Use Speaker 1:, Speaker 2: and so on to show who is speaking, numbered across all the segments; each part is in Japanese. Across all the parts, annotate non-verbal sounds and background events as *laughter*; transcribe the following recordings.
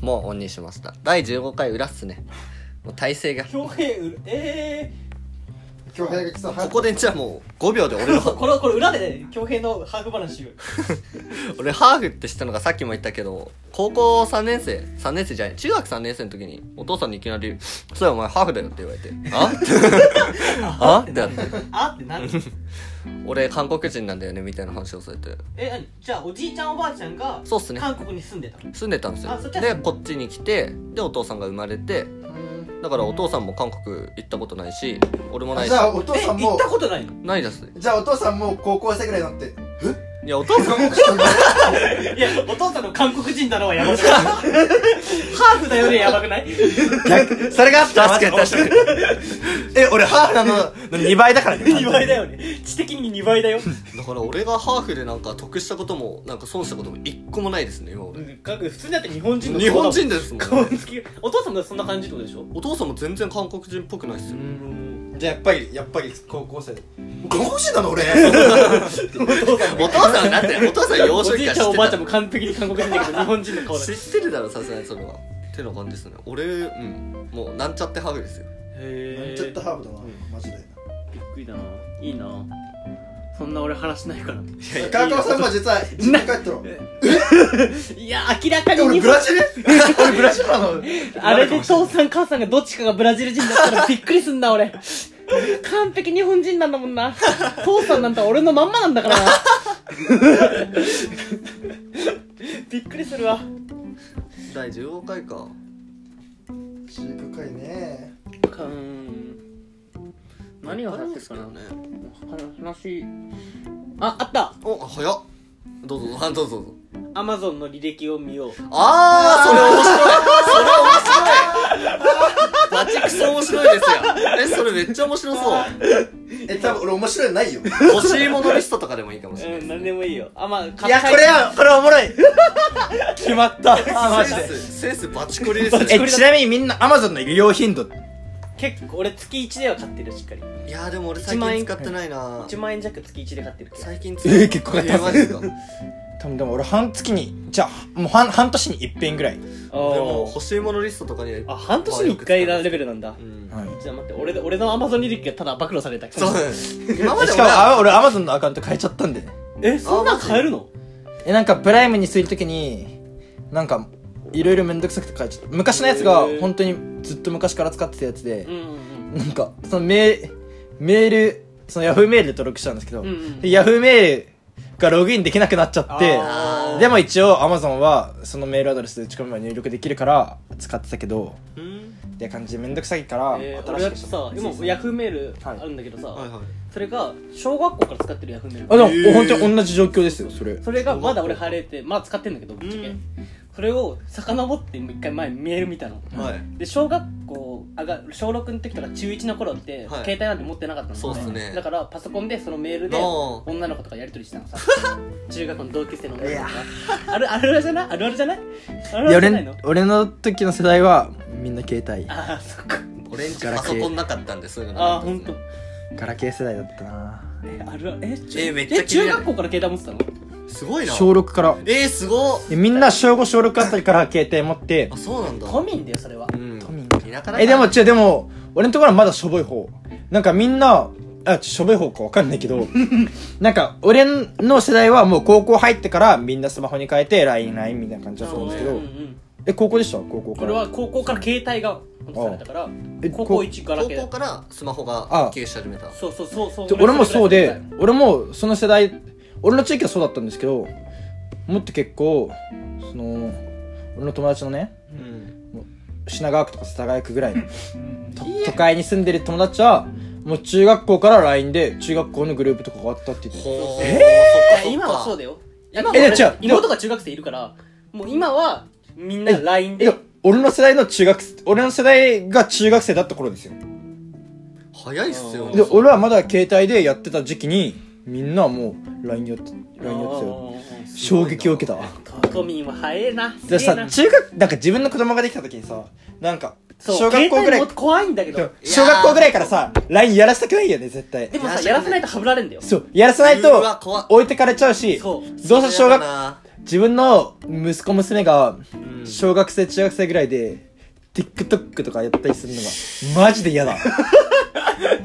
Speaker 1: もうオンにしました第15回裏っすねもう体勢がこ
Speaker 2: 恭平うえ
Speaker 3: 今日が来た
Speaker 1: こでじゃあもう5秒で俺
Speaker 2: え *laughs*
Speaker 1: の
Speaker 2: ー、これこれ裏でね恭平のハーフ話言う
Speaker 1: 俺ハーフってしたのがさっきも言ったけど高校3年生3年生じゃない中学3年生の時にお父さんにいきなり「そうやお前ハーフだよ」って言われて「ああってなって
Speaker 2: *laughs* あってなる
Speaker 1: 俺韓国人なんだよねみたいな話をされて
Speaker 2: え何じゃあおじいちゃんおばあちゃんが
Speaker 1: そうっすね
Speaker 2: 韓国に住んでた
Speaker 1: 住んでたんですよ
Speaker 2: あそっちは
Speaker 1: でこっちに来てでお父さんが生まれてだからお父さんも韓国行ったことないし俺もないし
Speaker 3: じゃあお父
Speaker 2: え
Speaker 3: さん
Speaker 2: 行っ
Speaker 3: も
Speaker 2: たことないの
Speaker 1: ないです
Speaker 3: じゃあお父さんも高校生ぐらいになって
Speaker 1: いやお父さんハ
Speaker 2: いやお父さんの韓国人だのはやばくないハーフだよねやばくない
Speaker 4: 逆それがあったら
Speaker 1: 確かに
Speaker 4: マジで面白いえ俺ハーフなの *laughs* の2倍
Speaker 3: *laughs*
Speaker 4: だからね
Speaker 2: 2倍だよね知的に2倍だよ
Speaker 1: だから俺がハーフでなんか得したこともなんか損したことも一個もないですね今俺
Speaker 2: 韓国普通にだって日本人の
Speaker 1: 日本人ですもん、
Speaker 2: 顔
Speaker 1: ね、
Speaker 2: つきお父さんがそんな感じってことでしょ
Speaker 1: お父さんも全然韓国人っぽくないっすよ
Speaker 3: じゃあやっぱりやっぱり高校生
Speaker 4: 高校生なの俺
Speaker 2: お父さん
Speaker 1: お父さんだってお父さん
Speaker 2: お
Speaker 1: 幼少
Speaker 2: じ
Speaker 1: 期
Speaker 2: い
Speaker 1: から
Speaker 2: ちゃんおばあちゃんも
Speaker 1: 知
Speaker 2: 完璧に韓国人だけど日本人の顔だ
Speaker 1: ってた知ってるだろさすがにそれはってな感じですね俺うんもうなんちゃってハーフですよ
Speaker 2: へ
Speaker 3: ちょっとハーブだなマジで
Speaker 2: びっくりだないいなそんな俺話しない *laughs* から
Speaker 3: 川上さんも実は実家帰ってろ
Speaker 2: いや明らかに
Speaker 3: え俺
Speaker 2: 日
Speaker 3: ブ
Speaker 2: 本
Speaker 3: ラジル *laughs* 俺ブラジルなの
Speaker 2: あれで父さん母さんがどっちかがブラジル人だったらびっくりすんだ *laughs* 俺完璧日本人なんだもんな父さんなんて俺のまんまなんだ *laughs* からなびっくりするわ
Speaker 1: 第15回か
Speaker 3: 実家かいね
Speaker 2: うん何が
Speaker 1: わ
Speaker 2: 話
Speaker 1: ですす
Speaker 2: か
Speaker 1: け
Speaker 2: な
Speaker 1: どね
Speaker 2: 話ああった
Speaker 1: お早っどうぞあどうぞどうぞ
Speaker 2: アマゾンの履歴を見よう
Speaker 1: あーそれ面白いそれ面白いバチクソ面白いですよえそれめっちゃ面白そう
Speaker 3: え多分俺面白いの *laughs* ないよ
Speaker 1: 欲しいものリストとかでもいいかもしれない
Speaker 2: うん何でもいいよあまあい
Speaker 4: いやこれはこれはお
Speaker 3: *laughs*
Speaker 4: もろい決まったあマジ
Speaker 1: セン
Speaker 4: で
Speaker 1: スセンスバチコリですね
Speaker 4: えちなみにみんなアマゾンの利用頻度
Speaker 2: 結構俺月1では買ってるしっかり
Speaker 1: いやーでも俺
Speaker 2: 1
Speaker 1: 最
Speaker 2: 万円
Speaker 1: 近使ってないな
Speaker 2: 1万円弱月1で買ってるけど
Speaker 1: 最近
Speaker 4: えー結構買ってます
Speaker 1: えーマ
Speaker 4: *laughs*
Speaker 1: ジか
Speaker 4: 多分でも俺半月にじゃあもう半半年に一遍ぐら
Speaker 1: で
Speaker 4: い、
Speaker 1: も欲しいものリストとかに
Speaker 2: あ半年に1回なレベルなんだ
Speaker 1: うん
Speaker 4: はい、
Speaker 2: じゃあ待って俺俺のアマゾン履歴がただ暴露された
Speaker 4: *laughs*
Speaker 1: そう今まで
Speaker 4: し
Speaker 1: 俺
Speaker 4: かも
Speaker 1: は
Speaker 4: あ俺アマゾンのアカウント変えちゃったんで
Speaker 2: えそんなん買えるの
Speaker 4: えなんかプライムにするときになんかいろいろめんどくさくて変えちゃった昔のやつが
Speaker 2: へー
Speaker 4: 本当にずっと昔から使ってたやつで
Speaker 2: うん、うん
Speaker 4: なんかそのメメールそのヤフーメールで登録したんですけど、
Speaker 2: うんうん
Speaker 4: ヤフーメールがログインできなくなっちゃって
Speaker 2: あ
Speaker 4: でも一応 Amazon はそのメールアドレスで打ち込めば入力できるから使ってたけど
Speaker 1: うん
Speaker 4: って感じでめんどくさいから
Speaker 2: えー、
Speaker 4: 新
Speaker 2: 俺だ
Speaker 4: し
Speaker 2: って
Speaker 4: く
Speaker 2: さ今ヤフーメールあるんだけどさ、
Speaker 1: はいはい
Speaker 2: それが小学校から使ってるヤフーメー
Speaker 4: あ
Speaker 2: ル
Speaker 4: で
Speaker 1: え
Speaker 4: も、
Speaker 1: ー
Speaker 4: 本当に同じ状況ですよそれ
Speaker 2: それがまだ俺貼れてまあ使ってんだけどぶっちゃけ、
Speaker 1: うん
Speaker 2: それを遡って一回前メール見たの
Speaker 1: はい
Speaker 2: で小学校あが小6の時とか中1の頃って、
Speaker 1: はい
Speaker 2: 携帯なんて持ってなかったの
Speaker 1: そうっすね
Speaker 2: だからパソコンでそのメールで
Speaker 1: なあ
Speaker 2: 女の子とかやり取りしてたのさ中学校の同級生の女の子があるあるあるじゃないあるあるじゃないある
Speaker 4: い
Speaker 2: あ
Speaker 4: や
Speaker 2: るじゃない
Speaker 4: 俺
Speaker 2: の
Speaker 4: 俺の時の世代はみんな携帯
Speaker 2: ああそっか
Speaker 1: 俺んちパソコンなかったんでそういうのなか
Speaker 2: ああ
Speaker 1: った
Speaker 2: ほんと
Speaker 4: ガラケー世代だったな
Speaker 2: えあるあるえ中
Speaker 1: えめっちゃ気にな
Speaker 2: 中
Speaker 1: る
Speaker 2: 学校から携帯持ってたの
Speaker 1: すごいな
Speaker 4: 小6から
Speaker 1: えーすごっ
Speaker 4: えみんな小5小6あたりから携帯持って
Speaker 1: あそうなんだ
Speaker 2: 都民だよそれは
Speaker 1: うん
Speaker 4: 都民
Speaker 1: 田舎だから
Speaker 4: えでも違うでも俺のところはまだしょぼい方なんかみんなあしょぼい方かわかんないけど
Speaker 2: *laughs*
Speaker 4: なんか俺の世代はもう高校入ってからみんなスマホに変えて LINELINE みたいな感じだったんですけ
Speaker 2: うんう
Speaker 4: ど
Speaker 2: んうん
Speaker 4: え高校でした高校か
Speaker 2: 俺
Speaker 4: ら
Speaker 2: は高校から携帯が持ってされたから
Speaker 4: え
Speaker 2: 高
Speaker 4: こ
Speaker 2: 校1から
Speaker 1: 高
Speaker 2: 携
Speaker 1: 校
Speaker 2: 帯
Speaker 1: からスマホが消えし始めた
Speaker 2: そうそうそうそう
Speaker 4: で俺もそう
Speaker 2: ぐら
Speaker 4: で
Speaker 2: い
Speaker 4: 俺もその世代俺の地域はそうだったんですけどもっと結構その俺の友達のね
Speaker 1: うん
Speaker 4: 品川区とか世田谷区ぐらいのと都会に住んでる友達はもう中学校から LINE で中学校のグループとかがあったって言って
Speaker 1: ほー
Speaker 2: いや今はそう
Speaker 1: で
Speaker 2: だよ
Speaker 4: えでも違う
Speaker 2: 妹が中学生いるからもう今はみんな LINE
Speaker 4: い
Speaker 2: で
Speaker 4: や俺の世代の中学生俺の世代が中学生だった頃ですよ
Speaker 1: 早いっすよ
Speaker 4: で俺はまだ携帯でやってた時期にみんなはもう LINE やって LINE やってたよ衝撃を受けた
Speaker 2: 都民は早えなすげ
Speaker 4: で
Speaker 2: えな
Speaker 4: さ中学なんか自分の子供ができた時にさなんか
Speaker 2: そう
Speaker 4: 小学校ぐら
Speaker 2: 携帯も
Speaker 4: い
Speaker 2: 怖いんだけど
Speaker 4: 小学校ぐらいからさ LINE やらせたくないよね絶対
Speaker 2: でも
Speaker 1: い
Speaker 2: さ
Speaker 1: や
Speaker 2: やらせないとはぶられんだよ
Speaker 4: そうやらせないう
Speaker 1: わ
Speaker 4: と
Speaker 1: 怖っ
Speaker 4: 置いてかれちゃうし
Speaker 2: そ
Speaker 4: どうせ小
Speaker 1: 嫌だ
Speaker 4: 学
Speaker 1: な
Speaker 4: 自分の息子娘が
Speaker 1: ん
Speaker 4: 小学生中学生ぐらいで TikTok とかやったりするのがマジ
Speaker 1: *laughs*
Speaker 4: で嫌だ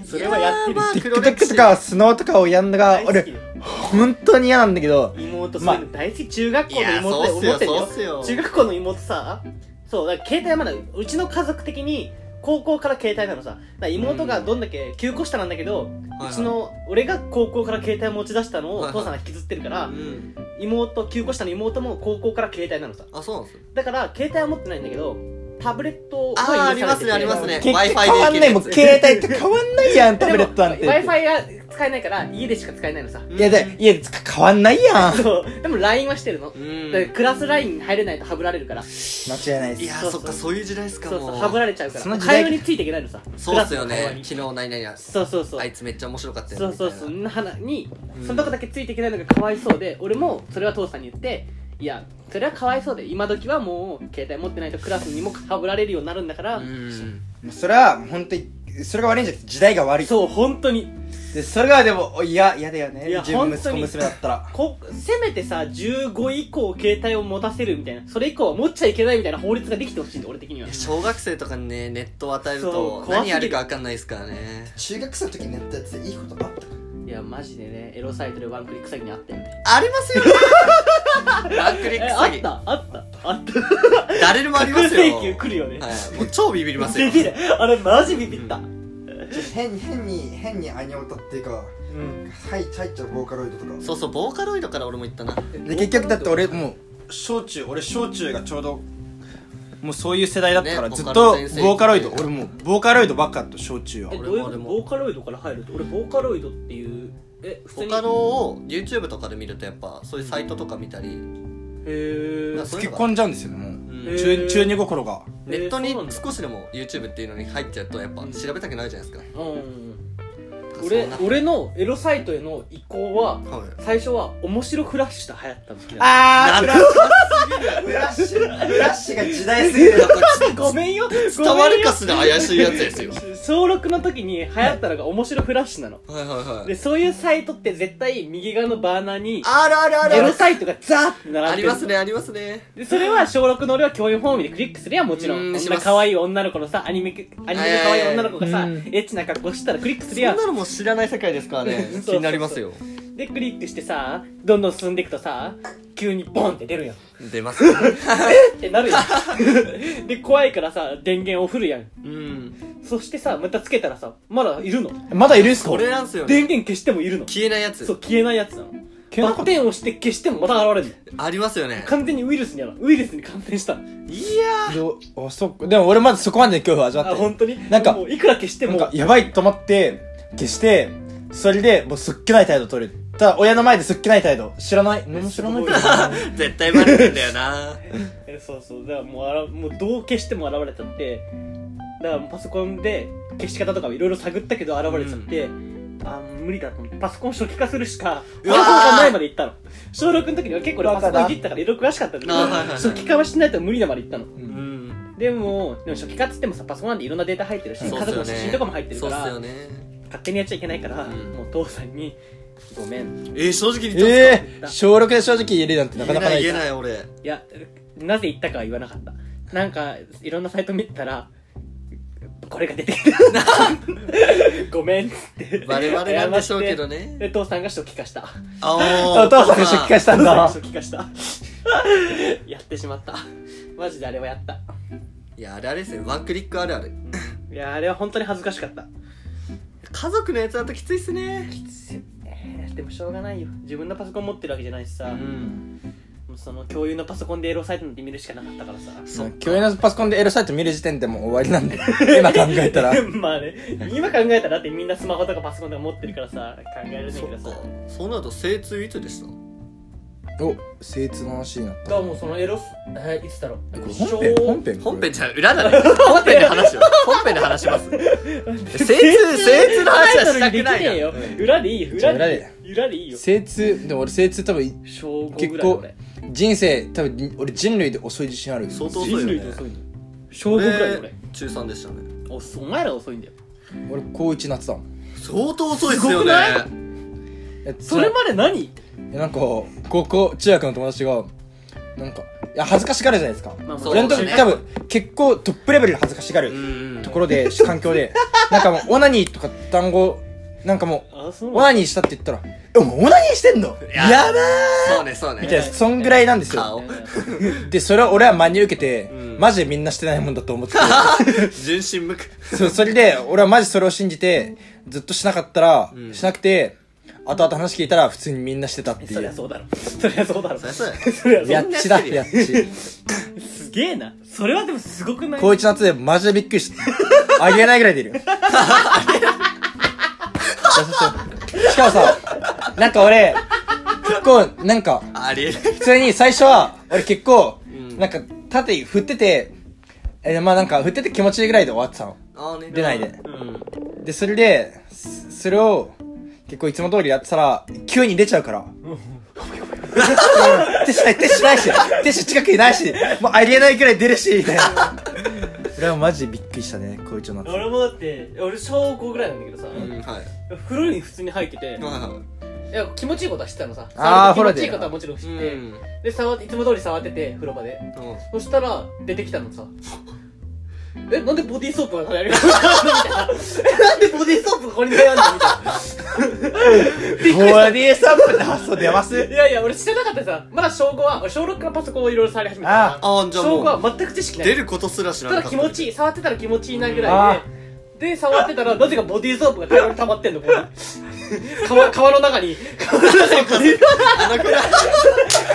Speaker 1: それはやってる
Speaker 2: いやーまあ
Speaker 4: TikTok とかスノーとかをやんのが
Speaker 2: 大好き
Speaker 4: 俺本当に嫌なんだけど
Speaker 2: 妹そういうの大好き中学校の妹で
Speaker 1: いや
Speaker 2: 思
Speaker 1: そうっ
Speaker 2: っ
Speaker 1: す
Speaker 2: て
Speaker 1: よ
Speaker 2: る
Speaker 1: そうっすよ
Speaker 2: よ中学校の妹さそうだから携帯まだうちの家族的に高校から携帯なのさだから妹がどんだけ9個下なんだけど、
Speaker 1: はいう
Speaker 2: ちの俺が高校から携帯を持ち出したの
Speaker 1: はいは
Speaker 2: を
Speaker 1: い
Speaker 2: 父さんが引きずってるから、
Speaker 1: うん
Speaker 2: 妹9個下の妹も高校から携帯なのさ
Speaker 1: あそうなんですよ
Speaker 2: だから携帯は持ってないんだけどタブレットを
Speaker 1: あー
Speaker 2: 用意されてて
Speaker 1: ありますねありますね
Speaker 4: 結局
Speaker 1: Wi-Fi
Speaker 4: 変わんな
Speaker 1: でいけるやつ
Speaker 4: いもう携帯と変わんないやんタブレットなんて
Speaker 2: w i f i が使えないから家でしか使えないのさ
Speaker 1: うん
Speaker 4: いやでいや変わんないやん
Speaker 2: そうでも LINE はしてるの、
Speaker 1: うん
Speaker 2: だからクラス LINE 入れないとハブられるから
Speaker 4: 間違いない
Speaker 1: い
Speaker 4: で
Speaker 1: や
Speaker 4: す
Speaker 1: ーそっかそういう時代ですか
Speaker 2: そう
Speaker 1: も
Speaker 2: そううハブられちゃうか
Speaker 4: その
Speaker 2: ら
Speaker 4: 時代
Speaker 2: 会話についていけないのさ
Speaker 1: そうっすよ
Speaker 2: クラスの会話
Speaker 1: ね
Speaker 2: に
Speaker 1: 昨日何々や
Speaker 2: そうそうそう
Speaker 1: あいつめっちゃ面白かったよ
Speaker 2: そうそう
Speaker 1: みたい
Speaker 2: そ
Speaker 1: なん
Speaker 2: な花に
Speaker 1: うん
Speaker 2: そのとこだけついていけないのがかわいそうで俺もそれは父さんに言っていやそれはかわいそうで今時はもう携帯持ってないとクラスにもハブられるようになるんだから、
Speaker 1: うん
Speaker 4: もうそれは本当にそれが悪いんじゃなくて時代が悪い
Speaker 2: そう本当に
Speaker 4: でそれがでもいや嫌だよね
Speaker 2: いや
Speaker 4: 自分
Speaker 2: 本当
Speaker 4: 息子
Speaker 2: に
Speaker 4: 娘だったら
Speaker 2: こせめてさ15以降携帯を持たせるみたいなそれ以降は持っちゃいけないみたいな法律ができてほしいんだ俺的には
Speaker 1: 小学生とかにねネットを与える
Speaker 2: そう
Speaker 1: と
Speaker 2: 怖すぎる
Speaker 1: 何やるか分かんないですからね
Speaker 3: 中学生の時にやったやつでいいことあったか
Speaker 2: いやマジでねエロサイトでワンクリック詐欺にあったよね
Speaker 1: ありますよね *laughs* ランクリック
Speaker 2: えあっ
Speaker 1: 詐欺
Speaker 2: たあったあった
Speaker 1: 誰でもあり
Speaker 2: *laughs*
Speaker 1: ますよ
Speaker 2: 請求来るよね、
Speaker 1: はいもう超ビビりますよ
Speaker 2: ビビるあれマジビビった、
Speaker 3: 変に変に変にアニオタっていうかはい入っちゃうボーカロイドとか
Speaker 1: そうそうボーカロイドから俺も言ったな
Speaker 4: で結局だって俺もう小中俺小中がちょうどもうそういう世代だったから、
Speaker 1: ね
Speaker 4: ずっとボ
Speaker 1: ボカロ先生
Speaker 4: ーカロイド俺もうボーカロイドばっかと小中は
Speaker 2: え
Speaker 1: も
Speaker 2: どういうことボーカロイドから入ると俺ボーカロイドっていうえ普
Speaker 1: ボ
Speaker 2: 通に
Speaker 1: カロを YouTube とかで見るとやっぱそういうサイトとか見たり、
Speaker 2: へー
Speaker 1: なんか
Speaker 4: 突き込んじゃうんですよねもう、
Speaker 1: うん
Speaker 2: へー
Speaker 4: 中中二心が
Speaker 1: ネットに
Speaker 2: えーそうなんだ
Speaker 1: 少しでも YouTube っていうのに入っちゃうとやっぱ調べたくなるじゃないですか、
Speaker 2: うん
Speaker 1: そ
Speaker 2: 俺
Speaker 1: んな
Speaker 2: 俺のエロサイトへの移行は
Speaker 1: はい
Speaker 2: 最初は面白フラッシュと流行ったの好きなの *laughs*
Speaker 1: な
Speaker 4: あ
Speaker 1: ん
Speaker 3: フラッシュフラッシュが時代すぎる
Speaker 2: ごめんよ
Speaker 1: 伝わるか
Speaker 2: ご
Speaker 1: すら怪しいやつですよ
Speaker 2: めんよ *laughs* 小6の時に流行ったのが面白フラッシュなの
Speaker 1: はいはいはい
Speaker 2: でそういうサイトって絶対右側のバーナーに
Speaker 1: あるあるある
Speaker 2: エロサイトがザーって並んでる
Speaker 1: ありますねありますね
Speaker 2: でそれは小6の俺は教員本を見でクリックするやんもちろ
Speaker 1: うんん
Speaker 2: こ
Speaker 1: し
Speaker 2: ん
Speaker 1: ま
Speaker 2: な
Speaker 1: す
Speaker 2: 可愛い女の子のさアニメアニメの可愛い女の子がさ、
Speaker 4: うん
Speaker 2: エッチな格好したらクリックす
Speaker 1: そん
Speaker 2: るやん
Speaker 1: なのも知らない世界ですから *laughs* ね
Speaker 2: そうそう
Speaker 1: 気
Speaker 2: そう
Speaker 1: になりますよ
Speaker 2: でクリックしてさどんどん進んでいくとさ急にボンって出るやん
Speaker 1: 出
Speaker 2: *laughs*
Speaker 1: ますね
Speaker 2: ってなるや
Speaker 1: *laughs*
Speaker 2: んで怖いからさ電源を振るやん
Speaker 1: うん
Speaker 2: そしてさまたつけたらさまだいるの
Speaker 4: ーまだいるんすか
Speaker 1: これなんすよね
Speaker 2: 電源消してもいるの
Speaker 1: 消えないやつ
Speaker 2: そう消えないやつなの
Speaker 4: 消えな
Speaker 2: バ
Speaker 4: かった
Speaker 2: ッテンを押して消してもまた現れるの
Speaker 1: ありますよね
Speaker 2: 完全にウイルスにやろウイルスに感染したの
Speaker 1: いや
Speaker 4: どあそっかでも俺まだそこまでの恐怖を味わって
Speaker 2: あ
Speaker 4: ない
Speaker 2: 本当に
Speaker 4: なんか
Speaker 2: もういくら消して
Speaker 4: なん
Speaker 2: も
Speaker 4: かやばいと思って消してそれでもうすっけない態度取るただ親の前ですっけない態度知らない何も知らない
Speaker 2: すごい
Speaker 1: ー絶対バレてんだよな
Speaker 2: *laughs* えそうそうだからもうあらもうどう消しても現れちゃってだからもうパソコンで消し方とかいろいろ探ったけど現れちゃって、あー無理だと思ってパソコン初期化するしか
Speaker 1: う
Speaker 2: パ
Speaker 1: わー
Speaker 2: ソコンがないまで行ったの小6の時には結構俺パソコンいじったからいろいろ詳しかったんだけど
Speaker 1: あーはいはいはい
Speaker 2: 初期化はしないと無理だまで行ったの
Speaker 4: う
Speaker 1: うんん
Speaker 2: でもでも初期化っつってもさパソコンなんていろんなデータ入ってるし、
Speaker 1: そう
Speaker 2: 家
Speaker 1: っす
Speaker 2: 族
Speaker 1: よ
Speaker 2: の写真
Speaker 1: ね
Speaker 2: とかも入ってる
Speaker 1: そ
Speaker 2: か
Speaker 1: うっ
Speaker 2: ら
Speaker 1: すよね
Speaker 2: 勝手にやっちゃいけないから、
Speaker 1: うん
Speaker 2: もう父さんに「ごめん」
Speaker 1: えー正直に言ったんすか
Speaker 4: えー、小6で正直言えるなんてなか
Speaker 1: 言え
Speaker 4: な
Speaker 1: な
Speaker 4: かないい
Speaker 1: 言えない俺
Speaker 2: いやなぜ言ったかは言わなかったなんかいろんなサイト見てたらこれが出てきたごめんっつって
Speaker 1: バレバレなんでしょうけどね
Speaker 2: 謝ってで父さんが初期化した
Speaker 1: あ
Speaker 4: お
Speaker 1: お
Speaker 4: 父さんが出荷したんだ
Speaker 2: 初期化した *laughs* やってしまったマジであれはやった
Speaker 1: いやあれあれですよワンクリックあるある
Speaker 2: いやあれは本当に恥ずかしかった
Speaker 1: 家族のやつだときついっすね
Speaker 2: えーでもしょうがないよ自分のパソコン持ってるわけじゃないしさ、
Speaker 1: ん
Speaker 2: もうその共有のパソコンでエロサイトなんて見るしかなかったからさ
Speaker 1: そっか
Speaker 4: 教員のパソコンでエロサイト見る時点でもう終わりなんで今考えたら
Speaker 2: *laughs* まあね今考えたらだってみんなスマホとかパソコンとか持ってるからさ考えられない
Speaker 1: そ
Speaker 2: け
Speaker 1: っ
Speaker 2: ど
Speaker 1: か
Speaker 2: さ
Speaker 1: そうなると精通いつでした
Speaker 4: お精通の話になった
Speaker 2: がもうそのエロスえーいつだろう
Speaker 4: これ本編本編これ
Speaker 1: 本編じゃない裏だね本編で話します本編で話します精通精通の話はしたくないな
Speaker 2: よ裏でいいよ
Speaker 4: じゃあ
Speaker 2: 裏で
Speaker 4: 裏で
Speaker 2: いいよ裏でいいよ
Speaker 4: 精通でも俺精通多分
Speaker 2: 小5ぐ
Speaker 4: 結
Speaker 2: らい
Speaker 4: 構
Speaker 2: 俺
Speaker 4: 人生多分俺人類で遅い自信ある
Speaker 1: 相当遅い
Speaker 2: 人類
Speaker 1: よ
Speaker 2: で遅
Speaker 1: ね
Speaker 2: いの小5ぐらい
Speaker 1: 俺
Speaker 2: 俺
Speaker 1: 中3でしたね
Speaker 2: おそお前ら遅いんだよ
Speaker 4: 俺高1夏だもん
Speaker 1: 相当遅いっすよね
Speaker 2: すご
Speaker 4: え
Speaker 2: それまで何
Speaker 4: えなんか高校中学の友達がなんかいや恥ずかしがるじゃないですか、
Speaker 2: まあ
Speaker 1: そう
Speaker 4: 俺の時、
Speaker 1: ね
Speaker 4: 多分結構トップレベルで恥ずかしが
Speaker 1: う
Speaker 4: る
Speaker 1: んうん
Speaker 4: とこ
Speaker 1: *laughs*
Speaker 4: ろで、環境でなんかもうオナニーとか単語なんかも
Speaker 2: あ、そうう
Speaker 4: オナニーしたって言ったら「えお前オナニーしてんの
Speaker 1: い
Speaker 4: や
Speaker 1: や
Speaker 4: ばー!
Speaker 1: そうねそう」
Speaker 4: みたい
Speaker 1: ね
Speaker 4: なそんぐらいなんですよ
Speaker 1: 顔
Speaker 4: でそれを俺は真に受けて、
Speaker 1: うん
Speaker 4: マジでみんなしてないもんだと思ってて
Speaker 1: *laughs* 純真無垢
Speaker 4: そうそれで俺はマジそれを信じてずっとしなかったら、
Speaker 1: うん
Speaker 4: しなくて後々話聞いたら普通にみんなしてたってい
Speaker 2: そりゃ
Speaker 4: う
Speaker 2: そうだろ。そりゃそうだろ。
Speaker 1: そりゃそうだよ
Speaker 2: そりゃそう
Speaker 4: やっちだ
Speaker 1: みんな
Speaker 4: やっち
Speaker 2: すげえな。それはでもすごくない
Speaker 4: 高一夏でマジでびっくりした。ありえないぐらいでいるよ。 *laughs* しかもさ、なんか俺、結構、なんか、
Speaker 1: ありえない
Speaker 4: 普通に最初は、俺結構、
Speaker 1: ん
Speaker 4: なんか、縦振ってて、えー、まあなんか、振ってて気持ちいいぐらいで終わってたの。
Speaker 1: あーね
Speaker 4: 出ないで
Speaker 1: うん
Speaker 4: で、それで、すそれを、結構いつも通りやってたら、急に出ちゃうから。手しない、手しないし、手し近くにないし、もうありえないくらい出るし、みたいな。それはマジでびっくりしたね、こいつの夏。
Speaker 2: 俺もだって、俺小5ぐらいなんだけどさ、
Speaker 1: うんはい
Speaker 2: 風呂に普通に入ってて、
Speaker 1: う
Speaker 2: いや気持ちいいことは知ってたのさ。
Speaker 4: あー
Speaker 2: 触る気持ちいい
Speaker 4: ほ
Speaker 2: こと
Speaker 4: らで
Speaker 2: はもちろん知って
Speaker 1: ん
Speaker 2: て、で、触って、いつも通り触ってて、風呂場で。
Speaker 1: うん
Speaker 2: そしたら、出てきた
Speaker 1: *laughs*
Speaker 2: のさ。え、なんでボディーソープがここにあるの *laughs* みたいな。え、なんでボディーソープがここにあるのみたいな。
Speaker 4: ボディーサンプルって発想出ます
Speaker 2: い
Speaker 1: *laughs*
Speaker 2: やいや、俺知らなかったさ。まだ小5は、俺小6からパソコンをいろいろ触り始めた
Speaker 4: あ
Speaker 2: から。
Speaker 1: あーじゃあ
Speaker 2: 小5
Speaker 1: もう
Speaker 2: は全く知識ない。
Speaker 1: 出ることすら知ら
Speaker 2: た
Speaker 1: なか
Speaker 2: だ
Speaker 1: った
Speaker 2: 気持ちいい触ってたら気持ちいいなぐらいでで触ってたらなぜかボディーソープが大量に溜まってんのこ
Speaker 1: *laughs*
Speaker 2: こに川川の中に川の中にボディー
Speaker 1: *laughs* あなくなっ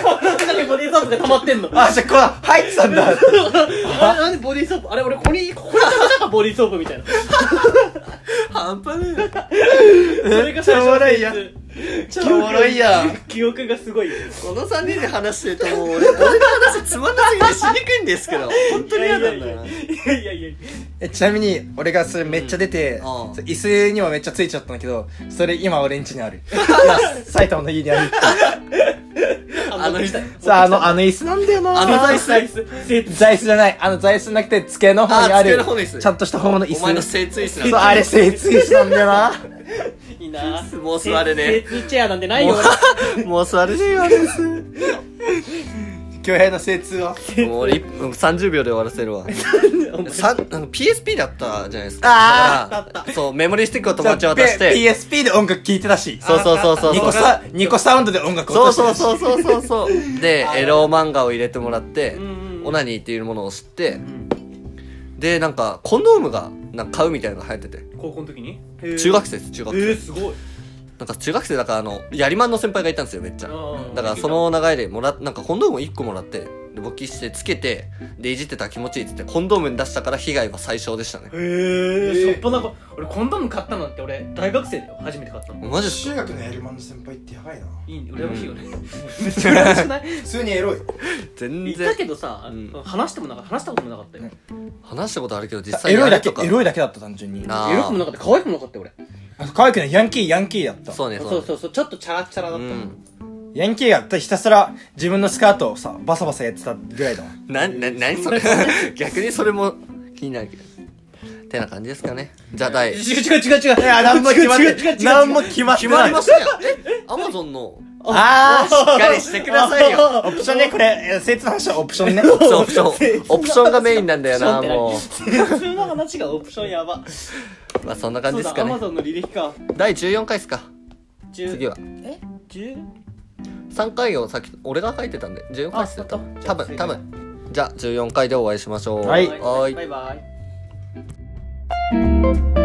Speaker 2: 川の中にボディーソープが溜まってんの
Speaker 4: あ、じゃあこれ入ってたんだ。
Speaker 2: あれなんでボディーソープあれ俺ここにここに溜めたかボディーソープみたいな
Speaker 1: 半端ねえ
Speaker 2: それが最初の
Speaker 4: めっちゃおも
Speaker 2: ち
Speaker 1: おもろいやん
Speaker 2: 記憶がすごいよ
Speaker 1: この3人で話してるともう俺俺の話つまんなすぎてしにくいんですけど *laughs* 本当に嫌なんだよない
Speaker 2: やいやいやいや
Speaker 4: えちなみに、俺がそれめっちゃ出て、
Speaker 1: うんうん
Speaker 4: そう椅子にもめっちゃついちゃったんだけど、それ今俺ん家にある。今埼玉の家にある。
Speaker 1: あの人
Speaker 4: そう、あの、あの椅子なんだよな
Speaker 1: あの座椅子
Speaker 2: 座椅子
Speaker 4: 座椅子じゃない。あの座椅子じゃなくて、机の方にあ
Speaker 1: あ机
Speaker 4: る
Speaker 1: の方の椅。子
Speaker 4: ちゃんとした方の椅子。
Speaker 1: お前の精通椅
Speaker 4: そう
Speaker 1: 子、なん
Speaker 4: あれ、正通椅子なんだよな。
Speaker 2: いいな
Speaker 1: もう座れねえ
Speaker 2: えチェアなんてないよ俺
Speaker 1: だもう座れねえよあれ
Speaker 4: 京平の精通は。
Speaker 1: もう俺一分30秒で終わらせる *laughs* わさあの PSP だったじゃないですか
Speaker 4: あー
Speaker 1: だからそうメモリースティックを友達に渡し
Speaker 4: じゃあ
Speaker 1: て
Speaker 4: PSP で音楽聴いてたし。
Speaker 1: そうそうそうそう
Speaker 4: ニコサ、ニコサウンドで音楽を
Speaker 1: そう
Speaker 4: 落として
Speaker 1: そう
Speaker 4: たし。
Speaker 1: そうそうそう *laughs* そうでエロ漫画を入れてもらって
Speaker 2: うんうんうん
Speaker 1: オナニーっていうものを知ってでなんかコンドームがなんか買うみたいなのが流行ってて
Speaker 2: 高校の時に
Speaker 1: 中学生です中
Speaker 2: え
Speaker 1: 学生
Speaker 2: ーすごい
Speaker 1: なんか中学生だからあのやりまんの先輩がいたんですよめっちゃ
Speaker 2: うん
Speaker 1: だからその流れでもらなんかコンドームを1個もらってで勃起してつけてでいじってたら気持ちいいって言ってコンドームに出したから被害は最小でしたね
Speaker 2: へえ
Speaker 3: え
Speaker 2: ー、しょっぱなか俺コンドーム買ったなんて俺大学生だよ初めて買ったの
Speaker 1: マジっす
Speaker 3: 中学のエルマンの先輩ってやばいない
Speaker 2: い羨ましいよね、めっちゃ羨ましくない
Speaker 3: 普通にエロい
Speaker 1: 全
Speaker 2: 言った
Speaker 1: 然
Speaker 2: けどさ、
Speaker 1: うん
Speaker 2: 話してもなかった話したこともなかったよ、
Speaker 4: ね
Speaker 1: 話したことあるけど実際
Speaker 4: エロいだ
Speaker 1: やる
Speaker 4: け
Speaker 1: と、か
Speaker 4: エロいだけだった、単純に。
Speaker 1: なあ
Speaker 2: エロくもなかった可愛くもなかったよ俺
Speaker 4: あ可愛くないヤンキー、ヤンキーだった。
Speaker 1: そうね
Speaker 2: そう
Speaker 1: そう
Speaker 2: そうそうちょっとチャラチャラだっ
Speaker 1: う
Speaker 2: たの、
Speaker 1: ん
Speaker 4: ヤンキーがひたすら自分のスカートをさ、バサバサやってたぐらいだもん。
Speaker 1: なな何それ *laughs* 逆にそれも気になるけどてな感じですかねじゃあ第
Speaker 2: 違う違う違う違う
Speaker 4: いや、なんも決まっ
Speaker 2: 違う違う違う違う
Speaker 4: て、なんも決まって
Speaker 1: 決ま
Speaker 4: な
Speaker 1: り
Speaker 4: い
Speaker 1: ま。したよえアマゾンの
Speaker 4: あ
Speaker 1: しっかりしてくださいよ *laughs*
Speaker 4: ー、オプションね、これ、生徒の話はオプションね。
Speaker 1: そうオプションオプションがメインなんだよなも
Speaker 2: 普通の話がオプションやば
Speaker 1: うまあそんな感じですか
Speaker 2: そうだアマ
Speaker 1: ね
Speaker 2: ゾンの履歴か
Speaker 1: 第14回ですか
Speaker 2: 10
Speaker 1: 次は
Speaker 2: え十
Speaker 1: 3回をさっき俺が書いてたんで14回っすよ
Speaker 2: あ
Speaker 1: 多
Speaker 2: 本
Speaker 1: 分
Speaker 2: 当
Speaker 1: 多分多分じゃあ14回でお会いしましょう
Speaker 4: はい
Speaker 1: はーい
Speaker 2: バイバイ